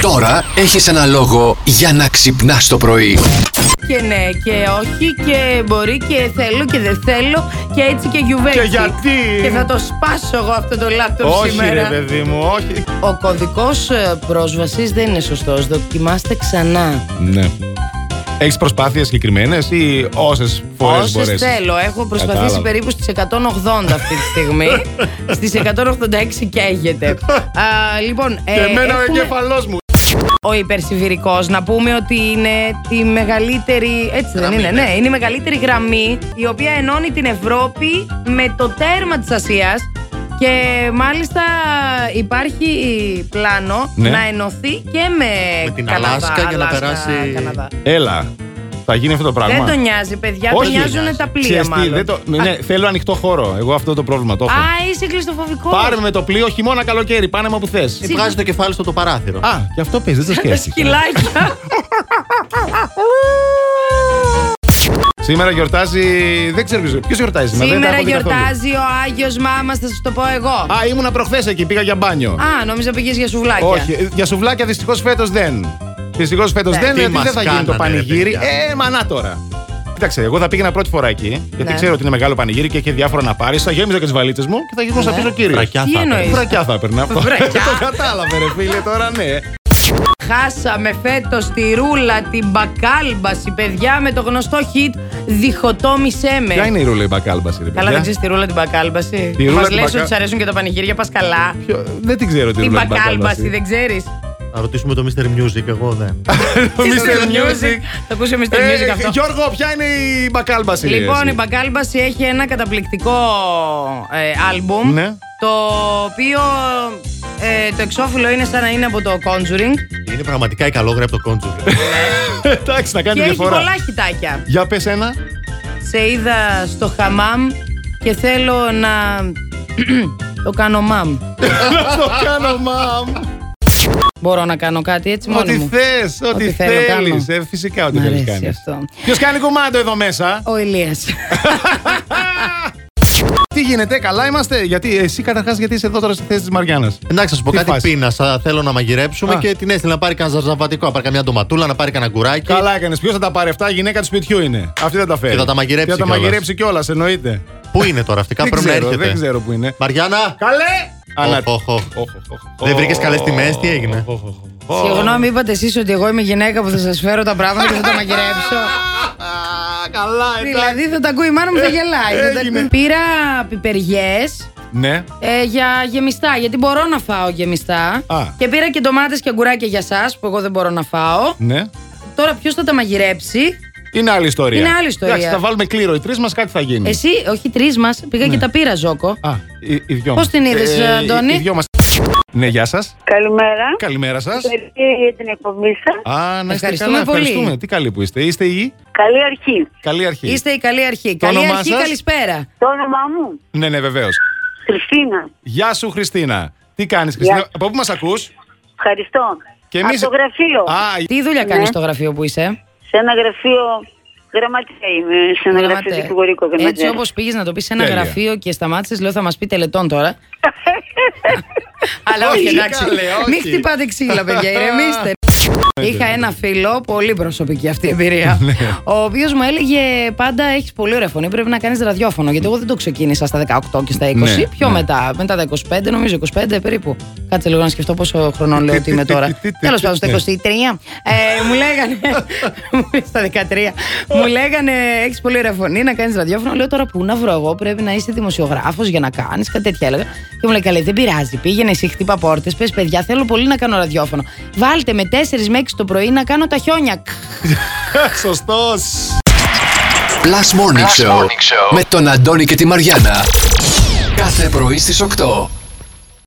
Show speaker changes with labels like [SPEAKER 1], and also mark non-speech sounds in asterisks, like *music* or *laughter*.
[SPEAKER 1] Τώρα έχεις ένα λόγο για να ξυπνάς το πρωί.
[SPEAKER 2] Και ναι, και όχι, και μπορεί, και θέλω, και δεν θέλω, και έτσι και γιουβέλτι.
[SPEAKER 3] Και γιατί?
[SPEAKER 2] Και θα το σπάσω εγώ αυτό το λάπτοπ
[SPEAKER 3] Όχι,
[SPEAKER 2] σήμερα.
[SPEAKER 3] ρε παιδί μου, όχι.
[SPEAKER 2] Ο κωδικός ε, πρόσβασης δεν είναι σωστός. Δοκιμάστε ξανά.
[SPEAKER 3] Ναι. Έχεις προσπάθειες συγκεκριμένες ή όσες φορές
[SPEAKER 2] Όσες
[SPEAKER 3] μπορέσεις.
[SPEAKER 2] θέλω. Έχω προσπαθήσει
[SPEAKER 3] Κατάλαβα.
[SPEAKER 2] περίπου στις 180 αυτή τη
[SPEAKER 3] *laughs*
[SPEAKER 2] στιγμή. στις 186 καίγεται. Α, λοιπόν, ε,
[SPEAKER 3] Και εμένα ο
[SPEAKER 2] έχουμε-
[SPEAKER 3] εγκέφαλός μου.
[SPEAKER 2] ο υπερσιβηρικό, να πούμε ότι είναι τη μεγαλύτερη. Έτσι δεν είναι, ναι. Είναι η μεγαλύτερη γραμμή η οποία ενώνει την Ευρώπη με το τέρμα της Ασίας. Και μάλιστα υπάρχει πλάνο
[SPEAKER 3] Ναι.
[SPEAKER 2] να ενωθεί και με,
[SPEAKER 4] Με την
[SPEAKER 2] Καναδά,
[SPEAKER 4] Αλάσκα για να
[SPEAKER 2] Αλάσκα,
[SPEAKER 4] περάσει-
[SPEAKER 2] Καναδά.
[SPEAKER 3] Έλα. Θα γίνει αυτό το πράγμα.
[SPEAKER 2] Δεν τον νοιάζει, παιδιά.
[SPEAKER 3] Όχι.
[SPEAKER 2] τον νοιάζουν τα πλοία,
[SPEAKER 3] Ξέρεις τι,
[SPEAKER 2] μάλλον.
[SPEAKER 3] δεν το- ναι, ναι, θέλω ανοιχτό χώρο. Εγώ αυτό το πρόβλημα το έχω.
[SPEAKER 2] Α, είσαι κλειστοφοβικός.
[SPEAKER 3] Πάρε με το πλοίο χειμώνα καλοκαίρι. Πάνε με όπου θες.
[SPEAKER 2] Ε,
[SPEAKER 4] Ή βγάζει το κεφάλι στο το παράθυρο.
[SPEAKER 3] Α, και αυτό
[SPEAKER 2] *laughs*
[SPEAKER 3] παίζει, δεν το
[SPEAKER 2] τα
[SPEAKER 3] σκέφτηκα.
[SPEAKER 2] σκυλάκια.
[SPEAKER 3] Σήμερα γιορτάζει. Δεν ξέρω ποιος γιορτάζει σήμερα. δεν τα
[SPEAKER 2] Σήμερα
[SPEAKER 3] έχω δει καθόλου.
[SPEAKER 2] γιορτάζει ο Άγιος Μάμας, θα σα το πω εγώ.
[SPEAKER 3] Α, ήμουνα προχθές εκεί, πήγα για μπάνιο.
[SPEAKER 2] Α, νόμιζα πήγες για σουβλάκια.
[SPEAKER 3] Όχι, ε, για σουβλάκια δυστυχώς φέτος δεν. Δυστυχώς φέτος
[SPEAKER 2] Ναι.
[SPEAKER 3] δεν,
[SPEAKER 2] Τι
[SPEAKER 3] γιατί
[SPEAKER 4] μας
[SPEAKER 3] δεν θα γίνει
[SPEAKER 4] κάνανε,
[SPEAKER 3] το
[SPEAKER 4] ρε,
[SPEAKER 3] πανηγύρι.
[SPEAKER 4] παιδιά.
[SPEAKER 3] Ε, μανά τώρα. Κοίταξε, εγώ θα πήγαινα πρώτη φορά εκεί, γιατί
[SPEAKER 2] Ναι.
[SPEAKER 3] ξέρω ότι είναι μεγάλο πανηγύρι και έχει διάφορα να πάρει. Θα γέμιζα και τις βαλίτσες μου και θα γυρνούσα
[SPEAKER 2] Ναι.
[SPEAKER 3] πίσω κύριο.
[SPEAKER 4] Βρακιά
[SPEAKER 2] Τι
[SPEAKER 4] θα
[SPEAKER 2] εννοείς?
[SPEAKER 4] έπαιρνε.
[SPEAKER 3] Βρακιά θα έπαιρνα. *laughs* Το
[SPEAKER 2] Βρακιά.
[SPEAKER 3] κατάλαβε, ρε φίλε, τώρα ναι.
[SPEAKER 2] Χάσαμε φέτος τη ρούλα, την μπακάλμπαση, παιδιά, με το γνωστό hit Διχοτόμησέ με.
[SPEAKER 3] Ποια είναι η ρούλα η μπακάλμπαση, ρε
[SPEAKER 2] Καλά, δεν
[SPEAKER 3] παιδιά.
[SPEAKER 2] ξέρεις τη ρούλα την μπακάλμπαση.
[SPEAKER 3] Τη ρούλα
[SPEAKER 2] Μας
[SPEAKER 3] την
[SPEAKER 2] λες
[SPEAKER 3] μπακα-
[SPEAKER 2] ότι σου αρέσουν και τα πανηγύρια, πας καλά.
[SPEAKER 3] Ποιο- Δεν την ξέρω τη
[SPEAKER 2] Την
[SPEAKER 3] ρούλα. η
[SPEAKER 2] μπακάλμπαση, δεν ξέρεις.
[SPEAKER 4] Να ρωτήσουμε το Mr. Music, εγώ
[SPEAKER 3] ναι.
[SPEAKER 4] δεν.
[SPEAKER 3] Το Mr. Music.
[SPEAKER 2] Θα ακούσε Mr.
[SPEAKER 3] Ε,
[SPEAKER 2] Music αυτό.
[SPEAKER 3] Γιώργο, ποια είναι η μπακάλμπαση. ρε,
[SPEAKER 2] Λοιπόν,
[SPEAKER 3] εσύ.
[SPEAKER 2] η Μπαγκάλμπαση έχει ένα καταπληκτικό ε, άλμπουμ.
[SPEAKER 3] Ναι.
[SPEAKER 2] Το οποίο ε, το εξώφυλλο είναι σαν να είναι από το Conjuring.
[SPEAKER 4] Είναι πραγματικά η καλόγρια από το κόντζουρ.
[SPEAKER 3] *laughs* Εντάξει, να κάνει
[SPEAKER 2] και έχει
[SPEAKER 3] διαφορά.
[SPEAKER 2] πολλά χιτάκια.
[SPEAKER 3] Για πες
[SPEAKER 2] *laughs*
[SPEAKER 3] ένα.
[SPEAKER 2] Σε είδα στο χαμάμ και θέλω να. *clears throat* το κάνω μαμ.
[SPEAKER 3] Να το κάνω, μαμ.
[SPEAKER 2] Μπορώ να κάνω κάτι έτσι μόνο
[SPEAKER 3] Ό,τι
[SPEAKER 2] μου.
[SPEAKER 3] θες, ό,τι
[SPEAKER 2] Ό,τι θέλω,
[SPEAKER 3] θέλεις.
[SPEAKER 2] κάνω.
[SPEAKER 3] Ε, φυσικά ό,τι
[SPEAKER 2] Μ'
[SPEAKER 3] θέλεις
[SPEAKER 2] αρέσει
[SPEAKER 3] κάνεις.
[SPEAKER 2] αυτό.
[SPEAKER 3] Ποιος κάνει κουμάντο εδώ μέσα.
[SPEAKER 2] Ο
[SPEAKER 3] *laughs*
[SPEAKER 2] Ηλίας.
[SPEAKER 3] Τι γίνεται, καλά είμαστε. Γιατί εσύ καταρχάς, γιατί είσαι εδώ τώρα στη θέση της Μαριάννας.
[SPEAKER 2] Ε.
[SPEAKER 4] Εντάξει, θα σου πω
[SPEAKER 3] Τι
[SPEAKER 4] κάτι
[SPEAKER 3] φάση?
[SPEAKER 4] πίνασα. Θέλω να μαγειρέψουμε
[SPEAKER 3] Α.
[SPEAKER 4] και την έστειλα να πάρει κανένα ζαρζαβατικό, να πάρει καμιά ντοματούλα, να πάρει κανένα κουράκι.
[SPEAKER 3] Καλά έκανες. Ποιος θα τα πάρει αυτά, η γυναίκα του σπιτιού είναι. Αυτή θα τα φέρει.
[SPEAKER 4] Και θα τα μαγειρέψει
[SPEAKER 3] Και θα τα
[SPEAKER 4] κιόλας.
[SPEAKER 3] μαγειρέψει κιόλας, εννοείται.
[SPEAKER 4] Πού είναι
[SPEAKER 3] *laughs*
[SPEAKER 4] τώρα αυτή, κάπου
[SPEAKER 3] Δεν
[SPEAKER 4] πρέπει να
[SPEAKER 3] ξέρω,
[SPEAKER 4] έρχεται.
[SPEAKER 3] δεν ξέρω που είναι.
[SPEAKER 4] Μαριάννα!
[SPEAKER 3] Καλέ! Ανά-
[SPEAKER 4] Οχ, οχ, οχ.
[SPEAKER 3] Οχ, οχ, οχ.
[SPEAKER 4] Δεν βρήκες καλές τιμές, τι έγινε.
[SPEAKER 2] Συγγνώμη, είπατε εσείς ότι εγώ είμαι γυναίκα που θα σας φέρω τα πράγματα και θα
[SPEAKER 3] *laughs*
[SPEAKER 2] τα μαγειρέψω.
[SPEAKER 3] Α, Καλά, εντάξει. Ε,
[SPEAKER 2] Δηλαδή θα τα ακούει η μάνα μου, θα γελάει. Θα τα-
[SPEAKER 3] έγινε.
[SPEAKER 2] Πήρα πιπεριές
[SPEAKER 3] Ναι.
[SPEAKER 2] για γεμιστά, γιατί μπορώ να φάω γεμιστά.
[SPEAKER 3] Α.
[SPEAKER 2] Και πήρα και ντομάτες και αγκουράκια για εσά, που εγώ δεν μπορώ να φάω.
[SPEAKER 3] Ναι.
[SPEAKER 2] Τώρα ποιος θα τα μαγειρέψει.
[SPEAKER 3] Είναι άλλη ιστορία.
[SPEAKER 2] Είναι άλλη ιστορία.
[SPEAKER 3] Εντάξει, θα βάλουμε κλήρο. Οι τρεις μας κάτι θα γίνει.
[SPEAKER 2] Εσύ, όχι τρεις μας, πήγα
[SPEAKER 3] Ναι.
[SPEAKER 2] και τα πήρα, Ζόκο.
[SPEAKER 3] Α, οι, οι
[SPEAKER 2] Πώς
[SPEAKER 3] δυο μας. Ε,
[SPEAKER 2] την είδες, Αντώνη?
[SPEAKER 3] Οι, οι δυο μας. Ναι, γεια σας.
[SPEAKER 5] Καλημέρα.
[SPEAKER 3] Καλημέρα σας.
[SPEAKER 5] Ευχαριστώ για την εκπομπή σας.
[SPEAKER 3] Α, να είστε
[SPEAKER 2] Ευχαριστούμε
[SPEAKER 3] καλά.
[SPEAKER 2] πολύ.
[SPEAKER 3] Ευχαριστούμε. Τι καλή που είστε. Είστε η
[SPEAKER 5] Καλή αρχή.
[SPEAKER 3] καλή αρχή.
[SPEAKER 2] Είστε η καλή αρχή.
[SPEAKER 3] Το
[SPEAKER 2] καλή
[SPEAKER 3] όνομά
[SPEAKER 2] αρχή,
[SPEAKER 3] σας?
[SPEAKER 2] καλησπέρα.
[SPEAKER 5] Το όνομά μου,
[SPEAKER 3] Ναι, ναι, βεβαίως.
[SPEAKER 5] Χριστίνα.
[SPEAKER 3] Γεια σου, Χριστίνα. Τι κάνεις, Χριστίνα.
[SPEAKER 5] Γεια.
[SPEAKER 3] Από πού μας ακούς?
[SPEAKER 5] Ευχαριστώ.
[SPEAKER 3] Και
[SPEAKER 5] Από
[SPEAKER 3] εμείς-
[SPEAKER 5] το γραφείο.
[SPEAKER 3] Α,
[SPEAKER 2] Τι δουλειά κάνει
[SPEAKER 5] Ναι.
[SPEAKER 2] στο γραφείο που είσαι,
[SPEAKER 5] Σε ένα γραφείο. Γραμματέα είμαι. Σε ένα γραφείο
[SPEAKER 2] Γραμματέα.
[SPEAKER 5] δικηγορικό
[SPEAKER 2] Έτσι,
[SPEAKER 5] γραμματέα.
[SPEAKER 2] όπως πήγες να το πεις σε ένα
[SPEAKER 3] Τέλεια.
[SPEAKER 2] γραφείο και σταμάτησες, λέω θα μας πει τελετών
[SPEAKER 5] *laughs*
[SPEAKER 2] τώρα. Αλλά όχι,
[SPEAKER 3] Όχι,
[SPEAKER 2] εντάξει.
[SPEAKER 3] καλέ, όχι.
[SPEAKER 2] Μην χτυπάτε ξύλα, παιδιά,
[SPEAKER 3] *laughs*
[SPEAKER 2] ηρεμήστε. Είχα ένα φίλο, πολύ προσωπική αυτή η
[SPEAKER 3] *laughs*
[SPEAKER 2] εμπειρία,
[SPEAKER 3] Ναι.
[SPEAKER 2] ο οποίος μου έλεγε πάντα: Έχεις πολύ ωραία φωνή, πρέπει να κάνεις ραδιόφωνο. Γιατί εγώ δεν το ξεκίνησα στα 18 και στα 20.
[SPEAKER 3] Ναι,
[SPEAKER 2] Πιο
[SPEAKER 3] ναι.
[SPEAKER 2] μετά, μετά τα 25, νομίζω 25 περίπου. Κάτσε λίγο να σκεφτώ πόσο χρονών λέω ότι είμαι
[SPEAKER 3] Τι,
[SPEAKER 2] τώρα.
[SPEAKER 3] τι, τι, τι,
[SPEAKER 2] Τέλο
[SPEAKER 3] τι,
[SPEAKER 2] πάντων, στα
[SPEAKER 3] ναι.
[SPEAKER 2] 23. Ε, Μου λέγανε. *laughs* Στα 13. Μου λέγανε: Έχεις πολύ ωραία φωνή να κάνεις ραδιόφωνο. Λέω τώρα που να βρω εγώ, πρέπει να είσαι δημοσιογράφος για να κάνεις κάτι τέτοια. Έλεγα. Και μου λέει: Καλέ, δεν πειράζει. Πήγαινε εσύ, χτύπα πόρτες. Πες παιδιά, θέλω πολύ να κάνω ραδιόφωνο. Βάλτε με 4 με 6 το πρωί να κάνω τα χιόνια.
[SPEAKER 3] *laughs* σωστός.
[SPEAKER 1] Plus Morning, Show, με τον Αντώνη και τη Μαριάνα. Κάθε πρωί στις 8.